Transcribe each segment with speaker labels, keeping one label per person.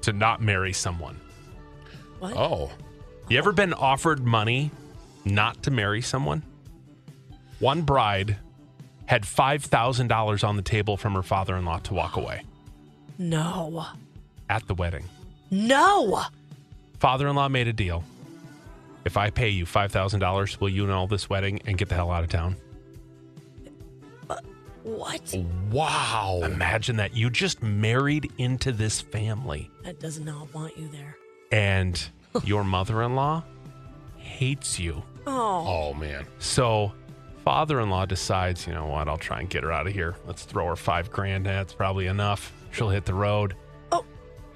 Speaker 1: to not marry someone.
Speaker 2: What?
Speaker 3: Oh,
Speaker 1: You ever been offered money not to marry someone? One bride had $5,000 on the table from her father in law to walk away
Speaker 2: No.
Speaker 1: at the wedding.
Speaker 2: No.
Speaker 1: Father in law made a deal. If I pay you $5,000, will you annul this wedding and get the hell out of town?
Speaker 2: What?
Speaker 3: wow.
Speaker 1: Imagine that. You just married into this family,
Speaker 2: That does not want you there.
Speaker 1: and your mother in law hates you.
Speaker 2: Oh.
Speaker 3: Oh, man.
Speaker 1: So, father in law decides, you know what, I'll try and get her out of here. Let's throw her five grand. That's probably enough. She'll hit the road.
Speaker 2: Oh.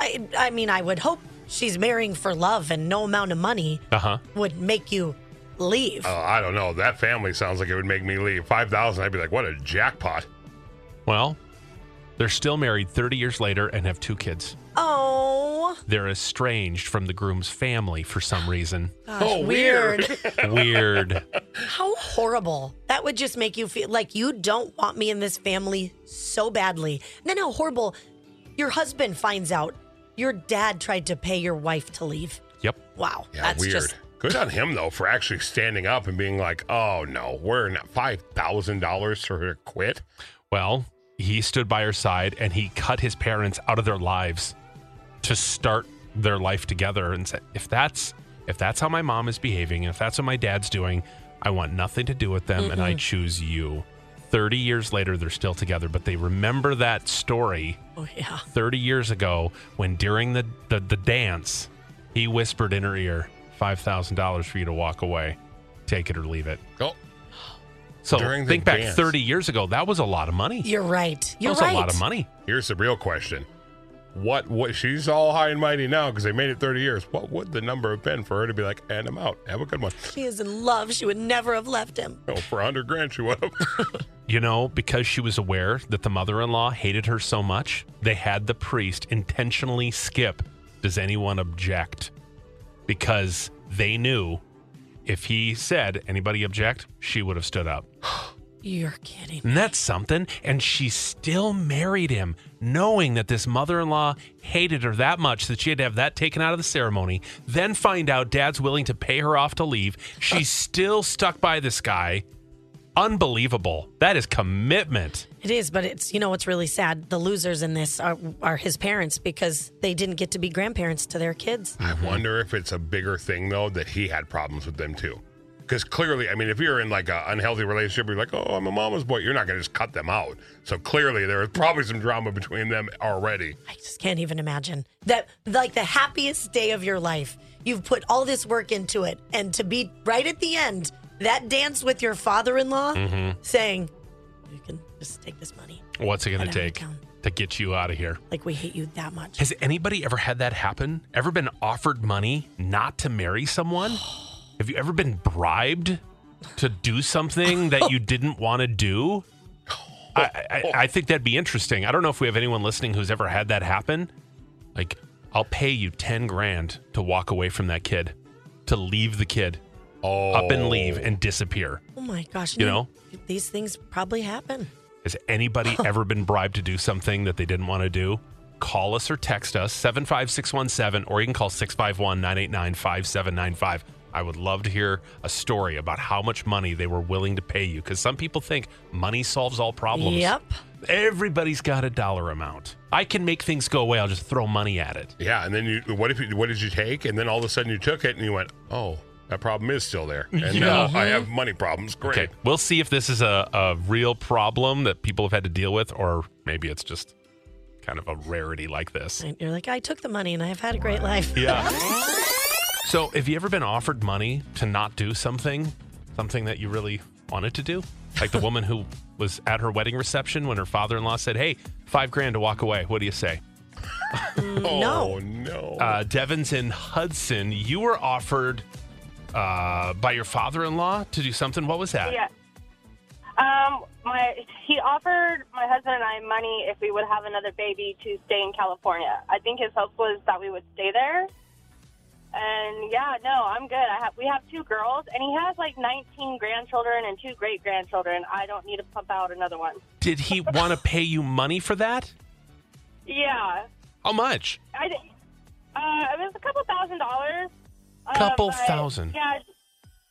Speaker 2: I I mean, I would hope she's marrying for love and no amount of money
Speaker 1: Uh huh.
Speaker 2: would make you leave.
Speaker 1: Oh.
Speaker 3: Uh, I don't know. That family sounds like it would make me leave. 5000 I'd be like, what a jackpot.
Speaker 1: Well, they're still married 30 years later and have two kids.
Speaker 2: oh.
Speaker 1: They're estranged from the groom's family for some reason.
Speaker 2: Gosh,
Speaker 3: Oh, weird.
Speaker 1: Weird.
Speaker 2: How horrible. That would just make you feel like you don't want me in this family so badly. And then how horrible your husband finds out your dad tried to pay your wife to leave.
Speaker 1: Yep.
Speaker 2: Wow.
Speaker 3: Yeah,
Speaker 2: that's
Speaker 3: weird.
Speaker 2: just
Speaker 3: Good on him, though, for actually standing up and being like, oh, no, we're not $5,000 for her to quit.
Speaker 1: Well, he stood by her side and he cut his parents out of their lives to start their life together and said, if that's if that's how my mom is behaving and if that's what my dad's doing, I want nothing to do with them and I choose you. 30 years later they're still together, but they remember that story
Speaker 2: Oh yeah.
Speaker 1: 30 years ago when during the the, the dance he whispered in her ear, $5,000 for you to walk away. Take it or leave it.
Speaker 3: Oh,
Speaker 1: So
Speaker 3: During the
Speaker 1: think back
Speaker 3: dance.
Speaker 1: 30 years ago, that was a lot of money.
Speaker 2: You're right. You're
Speaker 1: that was
Speaker 2: right.
Speaker 1: a lot of money.
Speaker 3: here's the real question. What, what, she's all high and mighty now because they made it 30 years. What would the number have been for her to be like, and I'm out? Have a good one.
Speaker 2: She is in love. She would never have left him.
Speaker 3: Oh, for 100 grand, she would have.
Speaker 1: You know, because she was aware that the mother in law hated her so much, they had the priest intentionally skip Does anyone object? Because they knew if he said, Anybody object? she would have stood up.
Speaker 2: You're kidding.
Speaker 1: And that's something. And she still married him, knowing that this mother in law hated her that much that she had to have that taken out of the ceremony, then find out dad's willing to pay her off to leave. She's still stuck by this guy. Unbelievable. That is commitment.
Speaker 2: It is, but it's you know what's really sad. The losers in this are are his parents because they didn't get to be grandparents to their kids.
Speaker 1: Mm-hmm.
Speaker 3: I wonder if it's a bigger thing though that he had problems with them too. Because clearly, I mean, if you're in like an unhealthy relationship, you're like, oh, I'm a mama's boy. You're not going to just cut them out. So clearly, there was probably some drama between them already.
Speaker 2: I just can't even imagine that. Like the happiest day of your life, you've put all this work into it, and to be right at the end, that dance with your father-in-law
Speaker 1: Mm-hmm.
Speaker 2: saying, "You can just take this money.
Speaker 1: What's it going
Speaker 2: Get
Speaker 1: to
Speaker 2: out of
Speaker 1: take
Speaker 2: town.
Speaker 1: to get you out of here?
Speaker 2: Like we hate you that much."
Speaker 1: Has anybody ever had that happen? Ever been offered money not to marry someone? Have you ever been bribed to do something that you didn't want to do? I, I, I think that'd be interesting. I don't know if we have anyone listening who's ever had that happen. Like, I'll pay you 10 grand to walk away from that kid, to leave the kid,
Speaker 3: Oh,
Speaker 1: up and leave and disappear.
Speaker 2: Oh my gosh!
Speaker 1: You
Speaker 2: no.
Speaker 1: know?
Speaker 2: these things probably happen.
Speaker 1: Has anybody ever been bribed to do something that they didn't want to do? Call us or text us 75617 or you can call 651-989-5795. I would love to hear a story about how much money they were willing to pay you cuz some people think money solves all problems.
Speaker 2: Yep.
Speaker 1: Everybody's got a dollar amount. I can make things go away. I'll just throw money at it.
Speaker 3: yeah. And then you, what if you, what did you take? And then all of a sudden you took it and you went, oh, that problem is still there. And now I have money problems. Great.
Speaker 1: Okay, we'll see if this is a, a real problem that people have had to deal with or maybe it's just kind of a rarity like this.
Speaker 2: And you're like, I took the money and I've had a great life.
Speaker 1: Yeah. so, have you ever been offered money to not do something, something that you really wanted to do? Like the woman who was at her wedding reception when her father in law said, Hey, five grand to walk away. What do you say?
Speaker 3: Oh, no.
Speaker 1: Uh, Devon's in Hudson. You were offered uh, by your father-in-law to do something. What was that?
Speaker 4: Yeah. Um, my he offered my husband and I money if we would have another baby to stay in California. I think his hope was that we would stay there. And yeah, no, I'm good. I have we have two girls, and he has like 19 grandchildren and two great grandchildren. I don't need to pump out another one.
Speaker 1: Did he want to pay you money for that?
Speaker 4: Yeah,
Speaker 1: How much?
Speaker 4: I thi- uh, it was a couple thousand dollars. Uh,
Speaker 1: Couple
Speaker 4: but
Speaker 1: thousand.
Speaker 4: Yeah,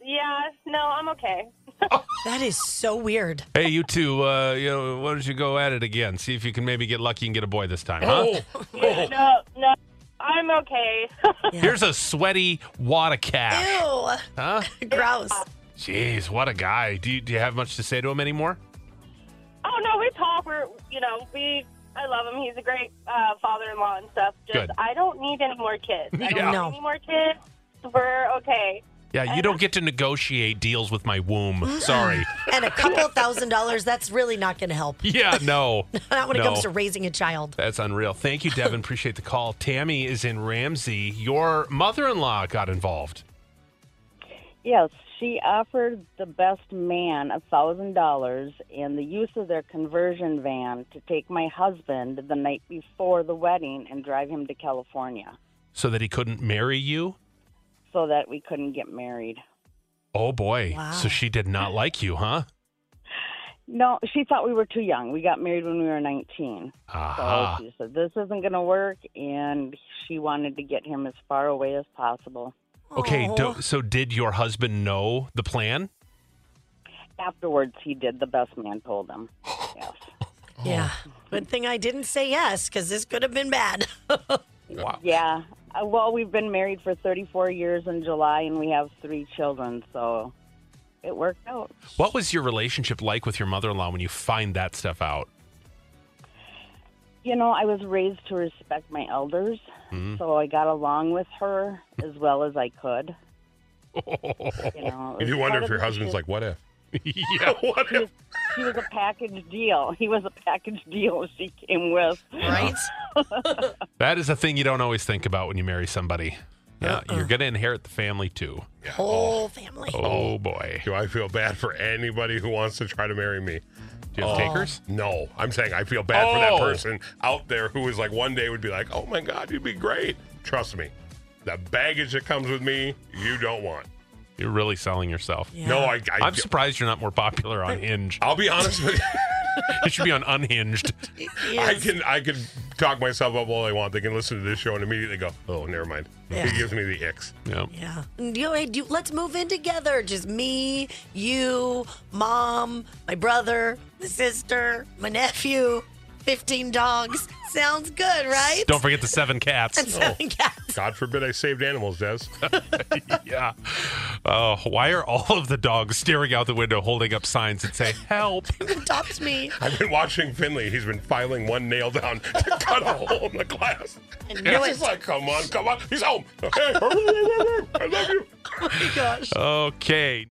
Speaker 4: yeah. No, I'm okay.
Speaker 1: Oh.
Speaker 2: That is so weird.
Speaker 1: Hey, you two. Uh, you know, why don't you go at it again? See if you can maybe get lucky and get a boy this time, huh?
Speaker 3: oh, oh.
Speaker 4: No, no, I'm okay.
Speaker 1: Here's a sweaty wad of cash.
Speaker 2: Ew.
Speaker 1: Huh?
Speaker 2: Gross.
Speaker 1: Jeez, what a guy. Do you, do you have much to say to him anymore?
Speaker 4: Oh no, we talk. We're you know we. I love him. He's a great uh, father-in-law and stuff. Just
Speaker 1: Good.
Speaker 4: I don't need any more kids. I don't
Speaker 1: Yeah.
Speaker 4: need
Speaker 2: No.
Speaker 4: any more kids. We're okay.
Speaker 1: Yeah,
Speaker 2: Uh,
Speaker 1: you don't get to negotiate deals with my womb. Sorry.
Speaker 2: And a couple thousand dollars, that's really not going to help.
Speaker 1: Yeah, no.
Speaker 2: Not when it
Speaker 1: No.
Speaker 2: comes to raising a child.
Speaker 1: That's unreal. Thank you, Devin. Appreciate the call. Tammy is in Ramsey. Your mother in law got involved.
Speaker 5: Yes, she offered the best man a thousand dollars and the use of their conversion van to take my husband the night before the wedding and drive him to California
Speaker 1: so that he couldn't marry you?
Speaker 5: so that we couldn't get married.
Speaker 1: Oh boy.
Speaker 2: Wow.
Speaker 1: So she did not like you, huh?
Speaker 5: No, she thought we were too young. We got married when we were 19. So
Speaker 1: Aha.
Speaker 5: she said, This isn't going to work. And she wanted to get him as far away as possible.
Speaker 1: Okay,
Speaker 2: Aw.
Speaker 1: do, so did your husband know the plan?
Speaker 5: Afterwards, he did. The best man told him. Yes.
Speaker 2: Yeah. Good thing I didn't say yes because this could have been bad.
Speaker 5: Yeah. Uh, Well, we've been married for 34 years in July, and we have three children, so it worked out.
Speaker 1: What was your relationship like with your mother in law when you find that stuff out?
Speaker 5: You know, I was raised to respect my elders,
Speaker 3: Mm-hmm.
Speaker 5: so I got along with her as well as I could. You know,
Speaker 3: You
Speaker 5: it was
Speaker 3: do wonder
Speaker 5: part
Speaker 3: if
Speaker 5: of
Speaker 3: your
Speaker 5: the-
Speaker 3: husband's like, what if?
Speaker 1: yeah.
Speaker 3: What if?
Speaker 5: he was a package deal. He was a package deal. She came with.
Speaker 2: right?
Speaker 1: That is a thing you don't always think about when you marry somebody. Yeah,
Speaker 2: Uh-uh.
Speaker 1: you're going to inherit the family too.
Speaker 2: Whole family.
Speaker 1: Oh boy.
Speaker 3: Do I feel bad for anybody who wants to try to marry me?
Speaker 1: Do you have takers?
Speaker 3: No, I'm saying I feel bad for
Speaker 1: Oh.
Speaker 3: that person out there who is like one day would be like, oh my God, you'd be great. Trust me, the baggage that comes with me, you don't want.
Speaker 1: You're really selling yourself.
Speaker 2: Yeah.
Speaker 3: No, I, I
Speaker 1: I'm surprised you're not more popular on Hinge.
Speaker 3: I'll be honest with you.
Speaker 1: It should be on Unhinged.
Speaker 3: I
Speaker 2: Yes.
Speaker 3: can I can talk myself up all I want. They can listen to this show and immediately go, oh, never mind.
Speaker 2: Yeah.
Speaker 3: It gives me the icks.
Speaker 1: Yeah.
Speaker 2: Yeah. And, You know, hey, do- let's move in together. Just me, you, mom, my brother, my sister, my nephew, 15 dogs. Sounds good, right?
Speaker 1: Don't forget the seven cats.
Speaker 2: And seven cats.
Speaker 3: God forbid I saved animals, Des.
Speaker 1: Yeah. Uh, why are all of the dogs staring out the window holding up signs that say, help?
Speaker 2: Adopt me.
Speaker 3: I've been watching Finley. He's been filing one nail down to cut a hole in the glass.
Speaker 2: I
Speaker 3: And
Speaker 2: knew
Speaker 3: it's
Speaker 2: it.
Speaker 3: just like, come on, come on. He's home. Hey, I love you.
Speaker 2: Oh, my gosh.
Speaker 1: Okay.